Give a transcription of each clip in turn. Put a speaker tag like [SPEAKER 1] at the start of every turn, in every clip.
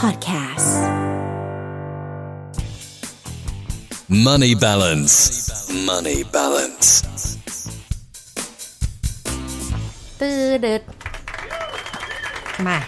[SPEAKER 1] Podcasts.
[SPEAKER 2] Money balance. Money balance.
[SPEAKER 3] ตื้อเด็ดมา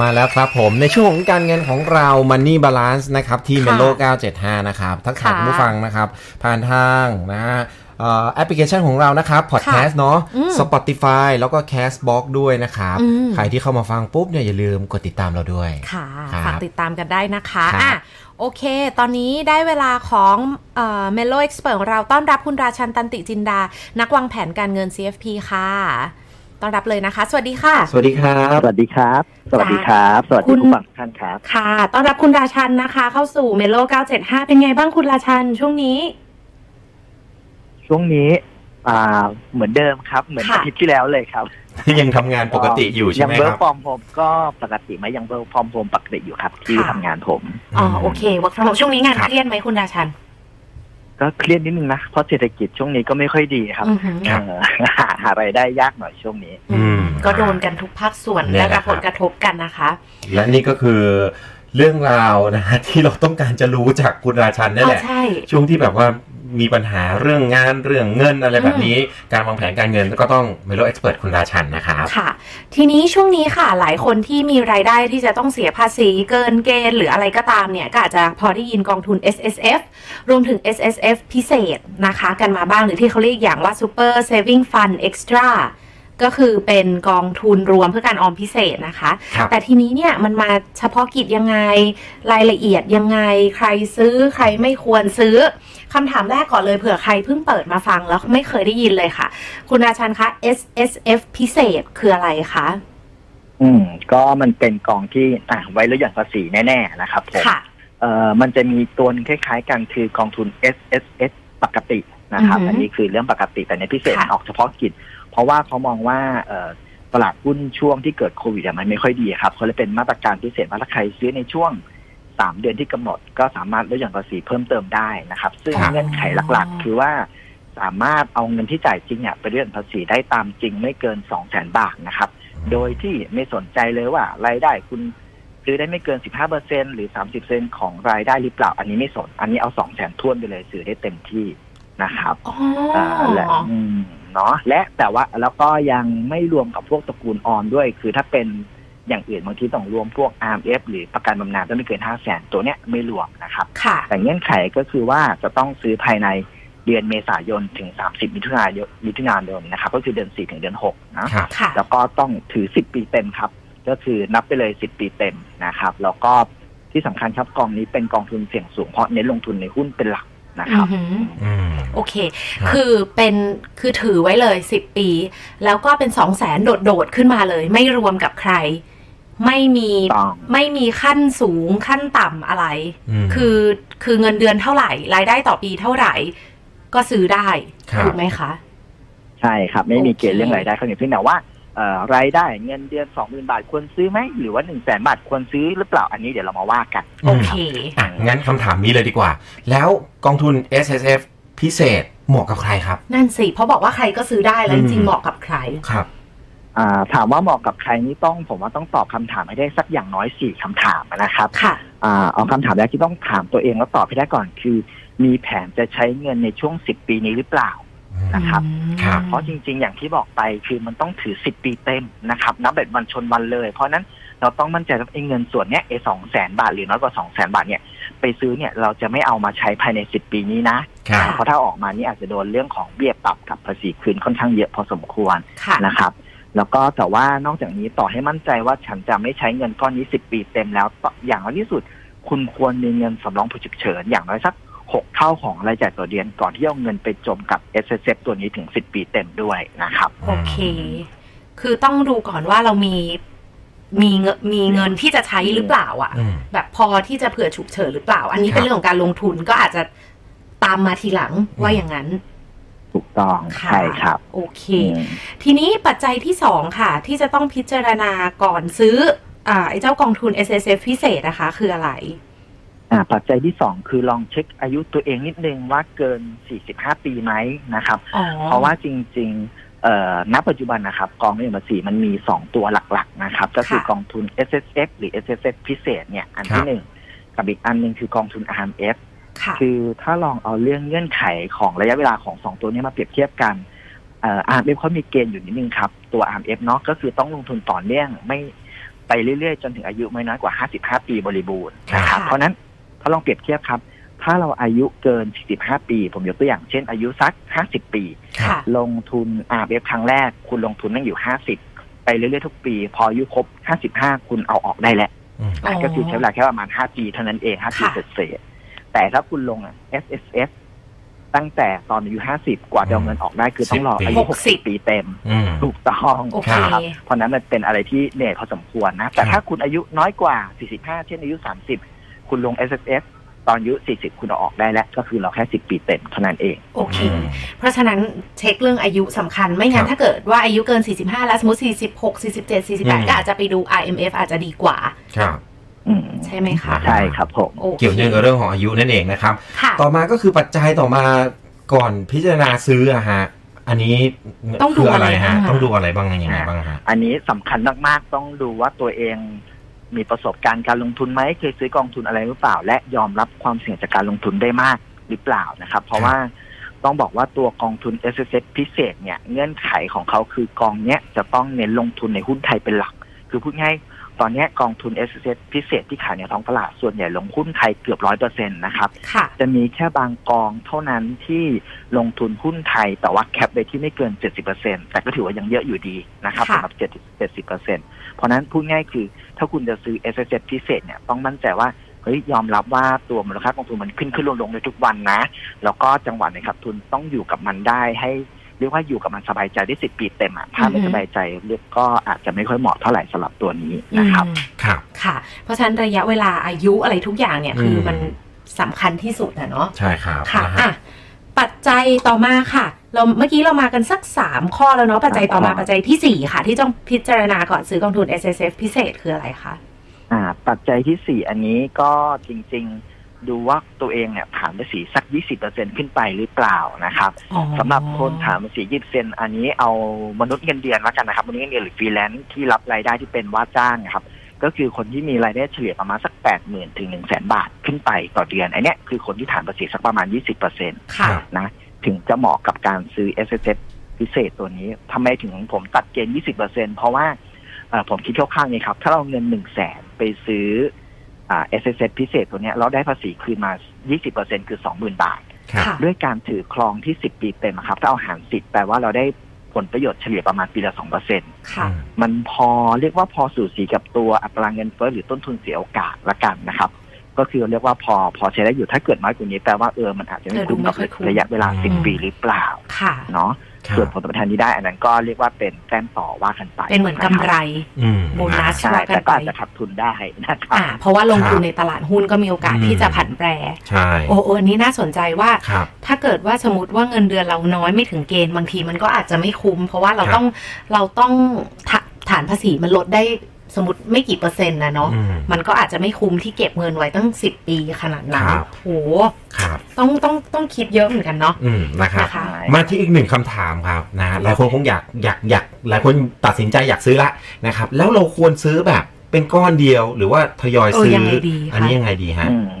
[SPEAKER 4] มาแล้วครับผมในช่วงของการเงินของเรา Money Balance นะครับที่
[SPEAKER 3] ค่ะ
[SPEAKER 4] Melo 975 นะครับทักทายคุณผู้ฟังนะครับ ผ่านทางนะฮะเอ่อแอปพลิเคชันของเรานะครับ Podcast เนาะ Spotify แล้วก็ Castbox ด้วยนะครับ
[SPEAKER 3] อืม
[SPEAKER 4] ใครที่เข้ามาฟังปุ๊บเนี่ยอย่าลืมกดติดตามเราด้วย
[SPEAKER 3] ค่ะ
[SPEAKER 4] ครับ
[SPEAKER 3] ฝากติดตามกันได้นะคะ
[SPEAKER 4] ครับ
[SPEAKER 3] อ่ะโอเค ตอนนี้ได้เวลาของเมโลเอ็กซ์เพรของเราต้อนรับคุณราชันตันติจินดา นักวางแผนการเงิน CFP ค่ะ ต้อนรับเลยนะคะ สวัสดีค่ะ
[SPEAKER 5] สวัสดีครับ สวัสดีครับ สวัสดีครับ สวัสดีผู้ฟังทุกท่านครับ
[SPEAKER 3] ค่ะ ต้อนรับคุณราชันนะคะ เข้าสู่เมโล975 เป็นไงบ้างคุณราชันช่วงนี้
[SPEAKER 5] ช่วงนี้อ่าเหมือนเดิมครับ เหมือน
[SPEAKER 3] ค่ะ
[SPEAKER 5] อาทิตย์ที่แล้วเลยครับ
[SPEAKER 4] ยังทำงานปกติอยู่ใช่ไหม
[SPEAKER 5] ยัง
[SPEAKER 4] ค
[SPEAKER 5] เบิร์
[SPEAKER 4] รับ
[SPEAKER 5] ฟอร์มผมก็ปกติไหมยังเบิร์ฟอร์มผมปกติอยู่ครับ ที่ทำงานผม
[SPEAKER 3] อ๋อโอเค work from home ช่วงนี้งานเครียดไหมคุณราชัน
[SPEAKER 5] ก็เครียดนิดนึงนะ เพราะเศรษฐกิจช่วงนี้ก็ไม่ค่อยดีครับ
[SPEAKER 3] อือหือ
[SPEAKER 5] เออหาหารายได้ยากหน่อยช่วงนี้
[SPEAKER 4] อืม
[SPEAKER 3] ก็โดนกันทุกภาคส่วน
[SPEAKER 4] เนี่ย
[SPEAKER 3] ได้
[SPEAKER 4] แห
[SPEAKER 3] รั
[SPEAKER 4] ละ
[SPEAKER 3] บ
[SPEAKER 4] ค
[SPEAKER 3] ผ
[SPEAKER 4] รับ
[SPEAKER 3] ลกระทบกันนะคะ
[SPEAKER 4] และนี่ก็คือเรื่องราวนะฮะ ที่เราต้องการจะรู้จากคุณราชันนี่นแหละ
[SPEAKER 3] อ๋อใช่
[SPEAKER 4] ช่วงที่แบบว่ามีปัญหาเรื่องงานเรื่องเงินอะไรแบบนี้ การวางแผนการเงินก็ต้อง Melo Expert คุณราชันนะครับ
[SPEAKER 3] ค่ะ ทีนี้ช่วงนี้ค่ะหลายคนที่มีรายได้ที่จะต้องเสียภาษีเกินเกณฑ์หรืออะไรก็ตามเนี่ยก็อาจจะพอได้ยินกองทุน S S F รวมถึง S S F พิเศษนะคะ กันมาบ้างหรือที่เขาเรียกอย่างว่า Super Saving Fund Extra ก็คือเป็นกองทุนรวมเพื่อการออมพิเศษนะคะ
[SPEAKER 4] ครับ
[SPEAKER 3] แต่ทีนี้เนี่ยมันมาเฉพาะกิจยังไง รายละเอียดยังไง ใครซื้อใครไม่ควรซื้อคำถามแรกก่อนเลยเผื่อใครเพิ่งเปิดมาฟังแล้วไม่เคยได้ยินเลยค่ะ คุณราชันคะ S S F พิเศษคืออะไรคะ
[SPEAKER 5] อืมก็มันเป็นกองที่อ่ะไว้ลดหย่อนภาษีแน่ๆนะครับผม
[SPEAKER 3] ค่ะ
[SPEAKER 5] เอ่อมันจะมีตัวหนึงคล้ายๆกันคือกองทุน S S S ปกตินะครับ
[SPEAKER 3] อือฮึ
[SPEAKER 5] อันนี้คือเรื่องปกติแต่ในพิเศษ
[SPEAKER 3] ค่ะ
[SPEAKER 5] ออกเฉพาะกิจ เพราะว่าเขามองว่าเอ่อตลาดหุ้นช่วงที่เกิดโควิดอะมันไม่ค่อยดีครับเขาเลยเป็นมาตรการพิเศษว่าถ้าใครซื้อในช่วงสามเดือนที่กำหนด ก็สามารถลดหย่อนภาษีเพิ่มเติมได้นะครับ ซึ่ง
[SPEAKER 4] ครับ
[SPEAKER 5] เงื่อนไขหลักๆ คือว่าสามารถเอาเงินที่จ่ายจริงเนี่ยไปลดหย่อนภาษีได้ตามจริงไม่เกินสองแสนบาทนะครับ โดยที่ไม่สนใจเลยว่ารายได้คุณซื้อได้ไม่เกิน 15%หรือ 30%ของรายได้หรือเปล่า อันนี้ไม่สน อันนี้เอา 2 0 0 0 0ท่วนไปเลยซื้อได้เต็มที่นะครับ
[SPEAKER 3] อ๋อ
[SPEAKER 5] อ่าและอืมเนาะและแต่ว่าแล้วก็ยังไม่รวมกับพวกตระกูลออมด้วย คือถ้าเป็นอย่างอื่นบางทีต้องรวมพวก RMF หรือประกันบำนาญต้องไม่เกิน 5 0 0 0 0 0ตัวเนี้ยไม่รวมนะครับ
[SPEAKER 3] ค่ะ
[SPEAKER 5] แต่เงื่อนไขก็คือว่าจะต้องซื้อภายในเดือนเมษายนถึง 30 มิถุนายนมิถุนายนนะครับ ก็คือเดือน4ถึงเดือน6นะ
[SPEAKER 4] ครับ
[SPEAKER 3] ค่ะ
[SPEAKER 5] แล้วก็ต้องถือ 10 ปีเต็มครับ ก็คือนับไปเลย 10 ปีเต็มนะครับ แล้วก็ที่สำคัญครับกองนี้เป็นกองทุนเสี่ยงสูงเพราะเน้นลงทุนในหุ้นเป็นหลักนะครับ
[SPEAKER 3] อือหือ
[SPEAKER 4] อืม
[SPEAKER 3] โอเค
[SPEAKER 4] ครับ
[SPEAKER 3] คือเป็น คือถือไว้เลย 10 ปี แล้วก็เป็น 2 0 0แสนโดด ๆ ขึ้นมาเลย ไม่รวมกับใคร ไม่มี
[SPEAKER 5] ต้อง
[SPEAKER 3] ไม่มีขั้นสูงขั้นต่ำอะไร
[SPEAKER 4] ม
[SPEAKER 3] คือ คือเงินเดือนเท่าไหร่ รายได้ต่อปีเท่าไหร่ ก็ซื้อได้
[SPEAKER 4] ครับ
[SPEAKER 3] ถูกไหมคะ
[SPEAKER 5] ใช่ครับ ไม่มีเกณ
[SPEAKER 3] โอเค
[SPEAKER 5] ฑ์เรื่องรายได้เขาอย่างเพียงแต่ว่าเอ่อรายได้เงินเดือน 20,000 บาทควรซื้อไหม หรือว่า 1 0 0 0 0แบาทควรซื้อหรือเปล่าอันนี้เดี๋ยวเรามาว่ากัน
[SPEAKER 3] โอเค
[SPEAKER 4] อ่ะงั้นคำถามนี้เลยดีกว่า แล้วกองทุน S S F พิเศษเหมาะกับใครครับ
[SPEAKER 3] นั่นสิ เพราะบอกว่าใครก็ซื้อได้แล้ว
[SPEAKER 4] อื
[SPEAKER 3] จ
[SPEAKER 4] ม
[SPEAKER 3] ริงๆเหมาะกับใคร
[SPEAKER 4] ครับ
[SPEAKER 5] อ่าถามว่าเหมาะกับใครนี่ต้องผมว่าต้องตอบคำถามให้ได้สักอย่างน้อยสี่คำถามนะครับ
[SPEAKER 3] ค่ะ
[SPEAKER 5] อ่าเอาคำถามแรกที่ต้องถามตัวเองแล้วตอบให้ได้ก่อนคือ มีแผนจะใช้เงินในช่วง 10 ปีนี้หรือเปล่า นะครับ
[SPEAKER 4] ครับ
[SPEAKER 5] เพราะจริงๆ อย่างที่บอกไปคือมันต้องถือ 10 ปีเต็มนะครับนับแบบวันชนวันเลย เพราะฉะนั้นเราต้องมั่นใจว่าไอ้เงินส่วนเนี้ยไอ้สองแสนบาทหรือน้อยกว่าสองแสนบาทเนี่ยไปซื้อเนี่ยเราจะไม่เอามาใช้ภายใน 10 ปีนี้นะ
[SPEAKER 4] ครับ
[SPEAKER 5] เพราะถ้าออกมานี่อาจจะโดนเรื่องของเบี้ยปรับกับภาษีคืนค่อนข้างเยอะพอสมควร
[SPEAKER 3] ค่ะ
[SPEAKER 5] นะครับ แล้วก็แต่ว่านอกจากนี้ต่อให้มั่นใจว่าฉันจะไม่ใช้เงินก้อนนี้ 10 ปีเต็มแล้วอย่างน้อยที่สุด คุณควรมีเงินสำรองเผื่อฉุกเฉินอย่างน้อยสัก 6 เท่าของรายจ่ายต่อเดือนก่อนที่เอาเงินไปจมกับ s s f ตัวนี้ถึง 10 ปีเต็มด้วยนะครับ
[SPEAKER 3] โอเค คือต้องดูก่อนว่าเรามี มีเงินมีเงินที่จะใช้หรือเปล่าอะ
[SPEAKER 4] อืม
[SPEAKER 3] แบบพอที่จะเผื่อฉุกเฉินหรือเปล่า อันนี้
[SPEAKER 4] ค
[SPEAKER 3] เป็
[SPEAKER 4] รับ
[SPEAKER 3] นเรื่องของการลงทุนก็อาจจะตามมาทีหลัง
[SPEAKER 4] อืม
[SPEAKER 3] ว่าอย่างนั้น
[SPEAKER 5] ถูกต้อง
[SPEAKER 3] ค่ะ
[SPEAKER 5] ใช่ครับ
[SPEAKER 3] โอเค
[SPEAKER 5] อืม
[SPEAKER 3] ทีนี้ปัจจัยที่สองค่ะ ที่จะต้องพิจารณาก่อนซื้อ อ่าไอ้เจ้ากองทุน S S F พิเศษนะคะ คืออะไร
[SPEAKER 5] อ่าปัจจัยที่ 2 คือลองเช็คอายุตัวเองนิดนึงว่าเกิน 45 ปีไหมนะครับ
[SPEAKER 3] อ๋อ
[SPEAKER 5] เพราะว่าจริงๆเ เอ่อณปัจจุบันนะครับ กองทุนภาษีมันมีสองตัวหลักๆนะครับ ก็คือ
[SPEAKER 3] ค่ะ
[SPEAKER 5] กองทุน S S F หรือ S S F พิเศษเนี่ยอัน
[SPEAKER 4] ครั
[SPEAKER 5] ที่
[SPEAKER 4] บ
[SPEAKER 5] หนึ่งกับอีกอันหนึ่งคือกองทุน R M F
[SPEAKER 3] ค่ะ
[SPEAKER 5] คือถ้าลองเอาเรื่องเงื่อนไขของระยะเวลาของสองตัวเนี้มาเปรียบเทียบกันเอ่อ RMF เขามีเกณฑ์อยู่นิดนึงครับ ตัว RMF เนาะก็คือต้องลงทุนต่อเนื่องไม่ไปเรื่อยๆ จนถึงอายุไม่น้อยกว่า 55 ปีบริบูรณ์นะค
[SPEAKER 3] ค่ะ
[SPEAKER 5] รับเพราะฉะนั้นถ้าลองเปรียบเทียบครับ ถ้าเราอายุเกิน 45 ปี ผมยกตัวอย่างเช่นอายุสัก 50 ปี
[SPEAKER 3] ค่ะ
[SPEAKER 5] ลงทุน RMF ครั้งแรก คุณลงทุนนั่งอยู่ 50 ไปเรื่อยๆทุกปี พออายุครบ 55 คุณเอาออกได้แล้ว
[SPEAKER 3] อ๋อ
[SPEAKER 5] ก็คือใช้เวลาแค่ประมาณ 5 ปีเท่านั้นเอง 5 ปี
[SPEAKER 3] ค่ะ
[SPEAKER 5] เศษๆแต่ถ้าคุณลงอ่ะ S S F ตั้งแต่ตอนอายุ 50 กว่าจะเอาเงินออกได้คือต้องรออายุ
[SPEAKER 3] หกสิบ
[SPEAKER 5] 60 ปีเต็ม
[SPEAKER 4] อืม
[SPEAKER 5] ถูกต้อง
[SPEAKER 3] โอเค
[SPEAKER 5] ครับเพราะนั้นมันเป็นอะไรที่เหนื่อยพอสมควรนะ แต่
[SPEAKER 4] ครับ
[SPEAKER 5] ถ้าคุณอายุน้อยกว่า 45 เช่นอายุ 30 คุณลง S S F ตอนอายุ 40 คุณเอาออกได้แล้วก็คือเราแค่ 10 ปีเต็มเท่านั้นเอง
[SPEAKER 3] โอเค
[SPEAKER 4] อืม
[SPEAKER 3] เพราะฉะนั้นเช็คเรื่องอายุสำคัญ ไม่งั้น
[SPEAKER 4] ครับ
[SPEAKER 3] ถ้าเกิดว่าอายุเกิน 45 แล้วสมมติ 46 47
[SPEAKER 4] อืม
[SPEAKER 3] 48 ก็อาจจะไปดู IMF อาจจะดีกว่า
[SPEAKER 4] ครับ
[SPEAKER 5] อืม
[SPEAKER 3] ใช่ไหมคะ
[SPEAKER 5] ใช่ครับผม
[SPEAKER 3] โอเค
[SPEAKER 4] เกี่ยวเนื่องกับเรื่องของอายุนั่นเองนะครับ
[SPEAKER 3] ค่ะ
[SPEAKER 4] ต่อมาก็คือปัจจัยต่อมาก่อนพิจารณาซื้ออะฮะ อันนี้
[SPEAKER 3] ต้องดู
[SPEAKER 4] คือะไร
[SPEAKER 3] อะไร
[SPEAKER 4] ฮะ
[SPEAKER 3] บ้างอะ
[SPEAKER 4] ต้องดูอะไรบ้างยังไงบ้างฮะ
[SPEAKER 5] อันนี้สำคัญมาก ๆ ต้องดูว่าตัวเองมีประสบการณ์การลงทุนไหมเคยซื้อกองทุนอะไรหรือเปล่า และยอมรับความเสี่ยงจากการลงทุนได้มากหรือเปล่านะครับ เพราะว่าต้องบอกว่าตัวกองทุน s s f พิเศษเนี่ยเงื่อนไขของเขาคือกองเนี้ยจะต้องเน้นลงทุนในหุ้นไทยเป็นหลัก คือพูดง่ายตอนเนี้ยกองทุน s s f พิเศษที่ขายในท้องตลาดส่วนใหญ่ลงหุ้นไทยเกือบร้อยเปอร์เซ็นต์นะครับ
[SPEAKER 3] ค่ะ
[SPEAKER 5] จะมีแค่บางกองเท่านั้นที่ลงทุนหุ้นไทย แต่ว่าแคปไปที่ไม่เกิน 70%แต่ก็ถือว่ายังเยอะอยู่ดีนะครับ
[SPEAKER 3] ค่ะ
[SPEAKER 5] สำหรับ70 70%เพราะฉะนั้นพูดง่ายคือ ถ้าคุณจะซื้อ s s f พิเศษเนี่ยต้องมั่นใจว่าเฮ้ยยอมรับว่าตัวมูลค่ากองทุนมันขึ้นขึ้นลงลงในทุกวันนะ แล้วก็จังหวะในขาดทุนต้องอยู่กับมันได้ให้เรียกว่าอยู่กับมันสบายใจได้สิบปีเต็มอ่ะถ้าไม่สบายใจเรียกก็อาจจะไม่ค่อยเหมาะเท่าไหร่สำหรับตัวนี้
[SPEAKER 3] อื
[SPEAKER 5] นะครับ
[SPEAKER 3] ม
[SPEAKER 4] ครับ
[SPEAKER 3] ค่ะ เพราะฉะนั้นระยะเวลาอายุอะไรทุกอย่างเนี่ย คืออ
[SPEAKER 4] ม
[SPEAKER 3] มันสำคัญที่สุดนะเนาะ
[SPEAKER 4] ใช่ครับ
[SPEAKER 3] ค่ะ
[SPEAKER 4] นะฮะ
[SPEAKER 3] อ่ะปัจจัยต่อมาค่ะ เราเมื่อกี้เรามากันสัก 3 ข้อแล้วเนาะ ปัจจัยต่อมา
[SPEAKER 5] ครับ
[SPEAKER 3] ปัจจัยทีสี่ 4 ค่ะ ที่ต้องพิจารณาก่อนซื้อกองทุน S S F พิเศษคืออะไรคะ
[SPEAKER 5] อ่าปัจจัยที่สี่อันนี้ก็จริงๆ ดูว่าตัวเองเนี่ยผ่านภาษีสัก 20%ขึ้นไปหรือเปล่านะครับ
[SPEAKER 3] อ๋อ
[SPEAKER 5] สำหรับคนถามภาษี20เซนอันนี้เอามนุษย์เงินเดือนละกันนะครับมนุษย์เงินเดือนหรือฟรีแลนซ์ที่รับรายได้ที่เป็นว่าจ้างนะครับ ก็คือคนที่มีรายได้เฉลี่ยประมาณสัก 80,000 ถึง 100,000 บาทขึ้นไปต่อเดือนอันเนี้ยคือคนที่ฐานภาษีสักประมาณ 20%
[SPEAKER 3] ค่ะ
[SPEAKER 5] นะถึงจะเหมาะกับการซื้อ s s f พิเศษตัวนี้ทำไมถึงผมตัดเกณฑ์ 20%เพราะว่าเอ่อผมคิดคร่าวๆนี้ครับ ถ้าเราเอาเงิน 1 0 0 0 0แสนไปซื้ออ่า s s f พิเศษตัวเนี้ยเราได้ภาษีคืนมา 20%คือ 20,000 บาท
[SPEAKER 4] ครับ
[SPEAKER 3] ค่ะ
[SPEAKER 5] ด้วยการถือครองที่ 10 ปีเต็มอะครับ ถ้าเอาหาร 10 แปลว่าเราได้ผลประโยชน์เฉลี่ยประมาณปีละ 2%
[SPEAKER 3] ค่ะ
[SPEAKER 5] มันพอเรียกว่าพอสู่สีกับตัวอัตราเงินเฟ้อหรือต้นทุนเสียโอกาสละกันนะครับ ก็คือเรียกว่าพอพอใช้ได้อยู่ถ้าเกิดน้อยกว่านี้แปลว่าเออมันอาจจะไม่
[SPEAKER 3] เออดู
[SPEAKER 5] คุ้มกับ
[SPEAKER 3] ไม่ค่อยคุ้ม
[SPEAKER 5] ระยะเวลาสิบ
[SPEAKER 4] อืม
[SPEAKER 5] ปีหรือเปล่า
[SPEAKER 3] ค่ะ
[SPEAKER 5] เนาะ
[SPEAKER 4] ครับ
[SPEAKER 5] ส่วนผลตอบแทนที่ได้อันนั้นก็เรียกว่าเป็นแต้มต่อว่ากันไป
[SPEAKER 3] เป็นเหมือนกำไร
[SPEAKER 4] อืม
[SPEAKER 3] โบนัส
[SPEAKER 5] ใช่แต่ก็อาจจะขาดทุนได้นะครับ
[SPEAKER 3] อ่า เพราะว่าลงทุน
[SPEAKER 4] ครับ
[SPEAKER 3] ในตลาดหุ้นก็มีโอกาส
[SPEAKER 4] อืม
[SPEAKER 3] ที่จะผันแปร
[SPEAKER 4] ใช่
[SPEAKER 3] โอ้โอ้อันนี้น่าสนใจว่า
[SPEAKER 4] ครับ
[SPEAKER 3] ถ้าเกิดว่าสมมติว่าเงินเดือนเราน้อยไม่ถึงเกณฑ์บางทีมันก็อาจจะไม่คุ้ม เพราะว่าเรา
[SPEAKER 4] ครับ
[SPEAKER 3] ต้องเราต้องฐะฐานภาษีมันลดได้สมมติไม่กี่เปอร์เซ็นต์นะเนาะ
[SPEAKER 4] อืม
[SPEAKER 3] มันก็อาจจะไม่คุ้มที่เก็บเงินไว้ตั้ง 10 ปีขนาดนั้น
[SPEAKER 4] ครับ
[SPEAKER 3] โห
[SPEAKER 4] ครับ
[SPEAKER 3] ต้องต้องต้องคิดเยอะเหมือนกันเนาะ
[SPEAKER 4] อืมนะครับ
[SPEAKER 3] ค่ะ
[SPEAKER 4] มาที่อีกหนึ่งคำถามครับนะฮะหลายคนคงอยากอยากอยากหลายคนตัดสินใจอยากซื้อละนะครับ แล้วเราควรซื้อแบบเป็นก้อนเดียวหรือว่าทยอย
[SPEAKER 3] เออ
[SPEAKER 4] ซื้อ
[SPEAKER 3] ยังไงดีคะ
[SPEAKER 4] อันนี้ยังไงดีฮะ
[SPEAKER 5] อืม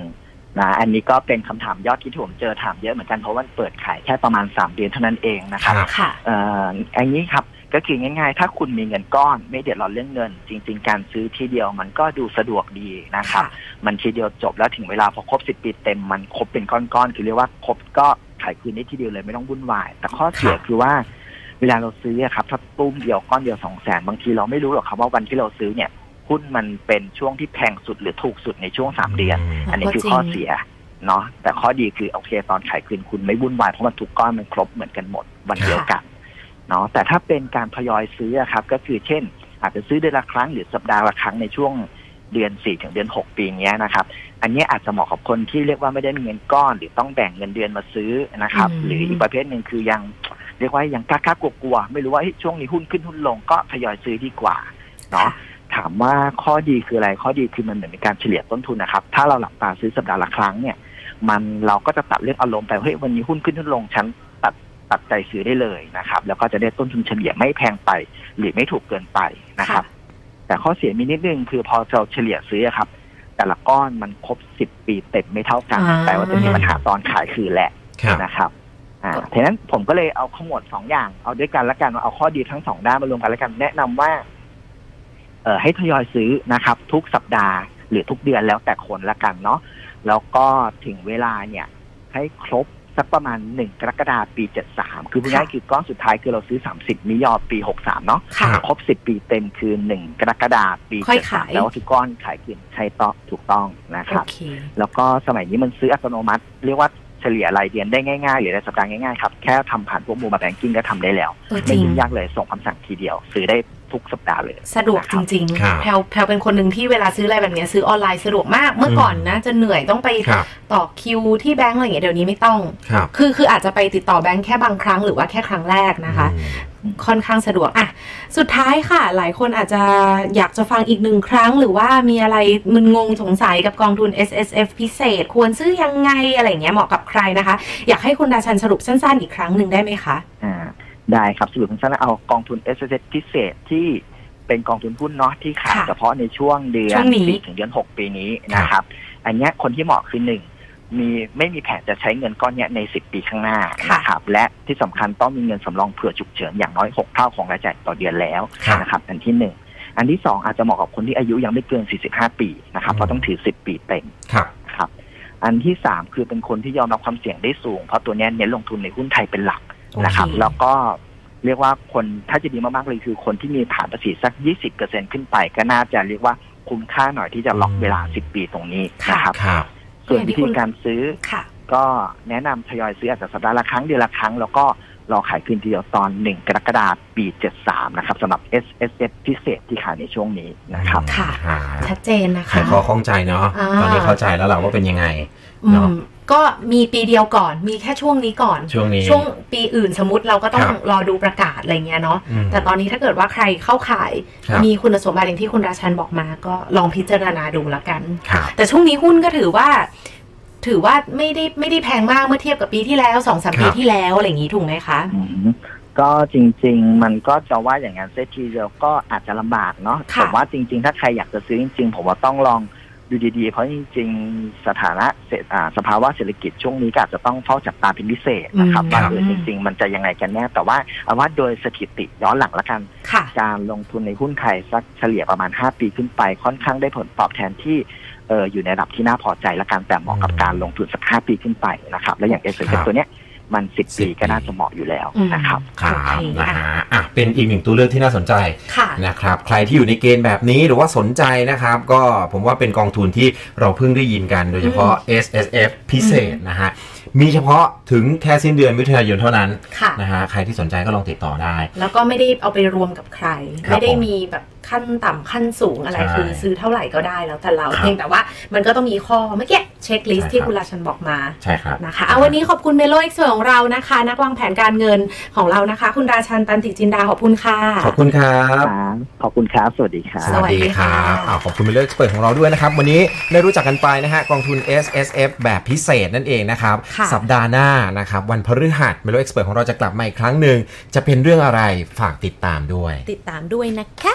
[SPEAKER 5] นะอันนี้ก็เป็นคำถามยอดที่ผมเจอถามเยอะเหมือนกันเพราะว่าเปิดขายแค่ประมาณสามเดือนเท่านั้นเองนะครับ
[SPEAKER 4] ครับ
[SPEAKER 3] ค่ะ
[SPEAKER 5] เอ่ออันนี้ครับก็คือง่ายๆ ถ้าคุณมีเงินก้อนไม่เดือดร้อนเรื่องเงิน จริง ๆ การซื้อทีเดียวมันก็ดูสะดวกดีนะครับ มันทีเดียวจบแล้วถึงเวลาพอครบสิบปีเต็มมันครบเป็นก้อนๆคือเรียกว่าครบก็ขายคืนได้ทีเดียวเลยไม่ต้องวุ่นวาย แต่ข้อเสีย
[SPEAKER 4] ครับ
[SPEAKER 5] คือว่า เวลาเราซื้ออะครับถ้าตุ้มเดียวก้อนเดียวสองแสนบางทีเราไม่รู้หรอกครับว่าวันที่เราซื้อเนี่ยหุ้นมันเป็นช่วงที่แพงสุดหรือถูกสุดในช่วงสามเดือน
[SPEAKER 4] ม
[SPEAKER 5] อันนี้คือ
[SPEAKER 3] ก็จริง
[SPEAKER 5] ข้อเสียเนาะแต่ข้อดีคือโอเคตอนขายคืนคุณไม่วุ่นวายเพราะมันทุกก้อนมันครบเหมือนกันหมดวันเดียวกันเนาะแต่ถ้าเป็นการทยอยซื้ออะครับ ก็คือเช่น อาจจะซื้อเดือนละครั้งหรือสัปดาห์ละครั้งในช่วงเดือน4ถึงเดือน6ปีเนี้ยนะครับ อันนี้อาจจะเหมาะกับคนที่เรียกว่าไม่ได้มีเงินก้อน หรือต้องแบ่งเงินเดือนมาซื้อนะครับ
[SPEAKER 3] อืม
[SPEAKER 5] หรืออีกประเภทหนึ่งคือยังเรียกว่ายังกล้ากล้ากลัวกลัวๆไม่รู้ว่าเฮ้ยช่วงนี้หุ้นขึ้นหุ้นลงก็ทยอยซื้อดีกว่าเนาะ ถามว่าข้อดีคืออะไรข้อดีคือมันเหมือนเป็นการเฉลี่ยต้นทุนนะครับ ถ้าเราหลับตาซื้อสัปดาห์ละครั้งเนี่ย มันเราก็จะตัดเรื่องอารมณ์ไปเฮ้ยวันนี้หุ้นขึ้นหุ้นลงฉันตัด ตัดใจซื้อได้เลยนะครับ แล้วก็จะได้ต้นทุนเฉลี่ยไม่แพงไป หรือไม่ถูกเกินไปนะครับ แต่ข้อเสียมีนิดนึงคือพอเราเฉลี่ยซื้ออะครับ แต่ละก้อนมันครบสิบปีเต็มไม่เท่ากัน
[SPEAKER 3] อ่า
[SPEAKER 5] แต่ว่าจะมีปัญหาตอนขายคืนแหละ
[SPEAKER 4] ครับ
[SPEAKER 5] นะครับ อ่าทีนั้นผมก็เลยเอาข้อหมวดสองอย่าง เอาด้วยกันละกันเอาข้อดีทั้งสองด้านมารวมกันละกัน แนะนำว่า เอ่อให้ทยอยซื้อนะครับ ทุกสัปดาห์หรือทุกเดือนแล้วแต่คนละกันเนาะ แล้วก็ถึงเวลาเนี่ย ให้ครบสักประมาณหนึ่งกรกฎาคมปีเจ็ดสามคือพูดง่ายๆคือก้อนสุดท้ายคือเราซื้อสามสิบมิยอปีหกสามเนาะ
[SPEAKER 3] ค่ะ
[SPEAKER 4] ครับ
[SPEAKER 5] ครบสิบปีเต็มคือหนึ่งกรกฎาคมปี
[SPEAKER 3] ค่อย
[SPEAKER 5] เจ็ด
[SPEAKER 3] ขา
[SPEAKER 5] สาม
[SPEAKER 3] ย
[SPEAKER 5] แล้วทุกก้อนขายคืนใช่ต้องถูกต้องนะค
[SPEAKER 3] โอ
[SPEAKER 5] รับ
[SPEAKER 3] เค
[SPEAKER 5] แล้วก็สมัยนี้มันซื้ออัตโนมัติ เรียกว่าเฉลี่ยรายเดือนได้ง่ายๆหรือในสัปดาห์ง่ายๆครับ แค่ทำผ่านพวกมูมาแบงกิ้งก็ทำได้แล้ว
[SPEAKER 3] เออจ
[SPEAKER 5] ไม่
[SPEAKER 3] ริง
[SPEAKER 5] ยุ่งยากเลยส่งคำสั่งทีเดียว ซื้อได้ทุกสัปดาห์เลย
[SPEAKER 3] สะดวกจริง
[SPEAKER 4] ครับ
[SPEAKER 3] ๆแพลวแพลวเป็นคนหนึ่งที่เวลาซื้ออะไรแบบเนี้ยซื้อออนไลน์สะดวกมาก เมื่อก่อนนะ จะเหนื่อยต้องไป
[SPEAKER 4] ครับ
[SPEAKER 3] ต่อคิวที่แบงก์อะไรอย่างเงี้ยเดี๋ยวนี้ไม่ต้อง
[SPEAKER 4] ครับ
[SPEAKER 3] คือคืออาจจะไปติดต่อแบงก์แค่บางครั้งหรือว่าแค่ครั้งแรกนะคะ
[SPEAKER 4] อืม
[SPEAKER 3] ค่อนข้างสะดวกอ่ะสุดท้ายค่ะ หลายคนอาจจะอยากจะฟังอีกหนึ่งครั้ง หรือว่ามีอะไรมึนงงสงสัยกับกองทุน S S F พิเศษ ควรซื้อยังไงอะไรอย่างเงี้ยเหมาะกับใครนะคะ อยากให้คุณดาชันสรุปสั้นๆอีกครั้งหนึ่งได้ไหมคะ
[SPEAKER 5] อ่าได้ครับสรุปสั้นๆเอากองทุน s s พิเศษที่เป็นกองทุนหุ้นเนาะที่ขาย
[SPEAKER 3] ค่ะ
[SPEAKER 5] เฉพาะในช่วงเดือ
[SPEAKER 3] ช่
[SPEAKER 5] น
[SPEAKER 3] วงนี้
[SPEAKER 5] สี่ถึงเดือนหกปีนี้นะครับ อันเนี้ยคนที่เหมาะคือหนึ่งมีไม่มีแผนจะใช้เงินก้อนเนี้ยในสิบปีข้างหน้านะครับและที่สำคัญต้องมีเงินสำรองเผื่อฉุกเฉินอย่างน้อยหกเท่าของรายจ่ายต่อเดือนแล้ว
[SPEAKER 4] ครับ
[SPEAKER 5] นะครับ อันที่หนึ่งอันที่สองอาจจะเหมาะกับคนที่อายุยังไม่เกินสี่สิบห้าปีนะครับเพราะต้องถือสิบปีเต็ม
[SPEAKER 4] ครับ
[SPEAKER 5] ครับอันที่สามคือเป็นคนที่ยอมรับความเสี่ยงได้สูง เพราะตัวเนี้ยเน้นลงทุนในหุ้นไทยเป็นหลักนะครับ
[SPEAKER 3] โอเค
[SPEAKER 5] แล้วก็เรียกว่าคนถ้าจะดีมากๆเลยคือคนที่มีฐานภาษีสัก 20%ขึ้นไป ก็น่าจะเรียกว่าคุ้มค่าหน่อยที่จะล็อกเวลา 10 ปีตรงนี้นะครับ
[SPEAKER 4] ครับ
[SPEAKER 5] ส่วนวิธีการซื้อ
[SPEAKER 3] ค่ะ
[SPEAKER 5] ก็แนะนำทยอยซื้ออาจจะสัปดาห์ละครั้งเดือนละครั้ง แล้วก็รอขายคืนทีเดียวตอน 1 กรกฎาคมปี 73 นะครับสำหรับ S S F พิเศษที่ขายในช่วงนี้นะครับ
[SPEAKER 3] ค่ะ
[SPEAKER 4] อ่า
[SPEAKER 3] ชัดเจนนะ
[SPEAKER 4] ไขา
[SPEAKER 3] คะ
[SPEAKER 4] ยข้อข้องใจเนาะ
[SPEAKER 3] อ่า
[SPEAKER 4] ตอนนี้เข้าใจแล้วแหละว่าเป็นยังไง
[SPEAKER 3] อื
[SPEAKER 4] เนอะ
[SPEAKER 3] มก็มีปีเดียวก่อน มีแค่ช่วงนี้ก่อน
[SPEAKER 4] ช่วงนี้
[SPEAKER 3] ช่วงปีอื่นสมมติเราก็ต้อง
[SPEAKER 4] ครับ
[SPEAKER 3] รอดูประกาศอะไรเงี้ยเนาะ
[SPEAKER 4] ม
[SPEAKER 3] แต่ตอนนี้ถ้าเกิดว่าใครเข้าข่าย
[SPEAKER 4] ครับ
[SPEAKER 3] มีคุณสมบัติอย่างที่คุณราชันบอกมาก็ลองพิจารณาดูละกัน
[SPEAKER 4] ครับ
[SPEAKER 3] แต่ช่วงนี้หุ้นก็ถือว่า ถือว่าไม่ได้ไม่ได้แพงมากเมื่อเทียบกับปีที่แล้วสองสาม
[SPEAKER 4] ครับ
[SPEAKER 3] ปีที่แล้วอะไรอย่างนี้ถูกไหมคะ
[SPEAKER 5] อืมก็จริง ๆ มันก็จะว่าอย่างนั้นเซทีเดียวก็อาจจะลำบากเนาะ
[SPEAKER 3] ค่ะ
[SPEAKER 5] ผมว่าจริง ๆ ถ้าใครอยากจะซื้อจริง ๆ ผมว่าต้องลองดูดีๆ เพราะจริง ๆ สถานะเศรษฐอ่าสภาวะเศรษฐกิจช่วงนี้ก็อาจจะต้องเฝ้าจับตาเป็นพิเศษนะครับ
[SPEAKER 3] อืม
[SPEAKER 5] ว่าเออจริง ๆ มันจะยังไงกันแน่แต่ว่าเอาว่าโดยสถิติย้อนหลังละกัน
[SPEAKER 3] ค่ะ
[SPEAKER 5] การลงทุนในหุ้นไทยสักเฉลี่ยประมาณ 5 ปีขึ้นไป ค่อนข้างได้ผลตอบแทนที่เอออยู่ในระดับที่น่าพอใจละกันแต่เหมาะกับ
[SPEAKER 4] อืม
[SPEAKER 5] การลงทุนสัก 5 ปีขึ้นไปนะครับ และอย่างเอสเ
[SPEAKER 4] ครับ
[SPEAKER 5] ตัวเนี้ยมัน 10 ปี
[SPEAKER 4] 10
[SPEAKER 5] ก็น่าจะเหมาะอยู่แล้ว
[SPEAKER 3] อืม
[SPEAKER 5] นะครับ
[SPEAKER 4] ครับ
[SPEAKER 3] โอเค
[SPEAKER 4] นะ
[SPEAKER 3] อ่ะ
[SPEAKER 4] ฮะอ่ะเป็นอีกหนึ่งตัวเลือกที่น่าสนใจ
[SPEAKER 3] ค่ะ
[SPEAKER 4] นะครับ ใครที่อยู่ในเกณฑ์แบบนี้หรือว่าสนใจนะครับ ก็ผมว่าเป็นกองทุนที่เราเพิ่งได้ยินกัน โดยเฉพาะ S S F พิเศษนะฮะ มีเฉพาะถึงแค่สิ้นเดือนมิถุนายนเท่านั้น
[SPEAKER 3] ค่ะ
[SPEAKER 4] นะฮะ ใครที่สนใจก็ลองติดต่อได้
[SPEAKER 3] แล้วก็ไม่ได้เอาไปรวมกับใคร
[SPEAKER 4] ครับ
[SPEAKER 3] ไม่ได้มีแบบขั้นต่ำขั้นสูงอะไร
[SPEAKER 4] ใช่
[SPEAKER 3] คือซื้อเท่าไหร่ก็ได้แล้วแต่เรา
[SPEAKER 4] ครับ
[SPEAKER 3] เพียงแต่ว่ามันก็ต้องมีข้อเมื่อกี้เช็คลิส
[SPEAKER 4] ใช่
[SPEAKER 3] ต์ที่
[SPEAKER 4] ครับ
[SPEAKER 3] คุณราชันบอกมา
[SPEAKER 4] ใช่ครับ
[SPEAKER 3] นะคะเอาวันนี้ขอบคุณเมโลเอ็กซ์ของเรานะคะ นักวางแผนการเงินของเรานะคะ คุณราชันตันติจินดาขอบคุณค่ะ
[SPEAKER 4] ขอบคุณครับ
[SPEAKER 5] ขอบคุณครับ สวัสดีครับ
[SPEAKER 3] สวัสดีค่ะ
[SPEAKER 4] อ่าขอบคุณเป็นเลือกเปิดของเราด้วยนะครับ วันนี้ได้รู้จักกันไปนะฮะกองทุน S S F แบบพิเศษนั่นเองนะครับ
[SPEAKER 3] ค่ะ
[SPEAKER 4] สัปดาห์หน้านะครับ วันพฤหัสเมโลเอ็กซ์เปิดของเราจะกลับมาอีกครั้งหนึ่ง จะเป็นเรื่องอะไรฝากติดตามด้วย
[SPEAKER 3] ติดตามด้วยนะคะ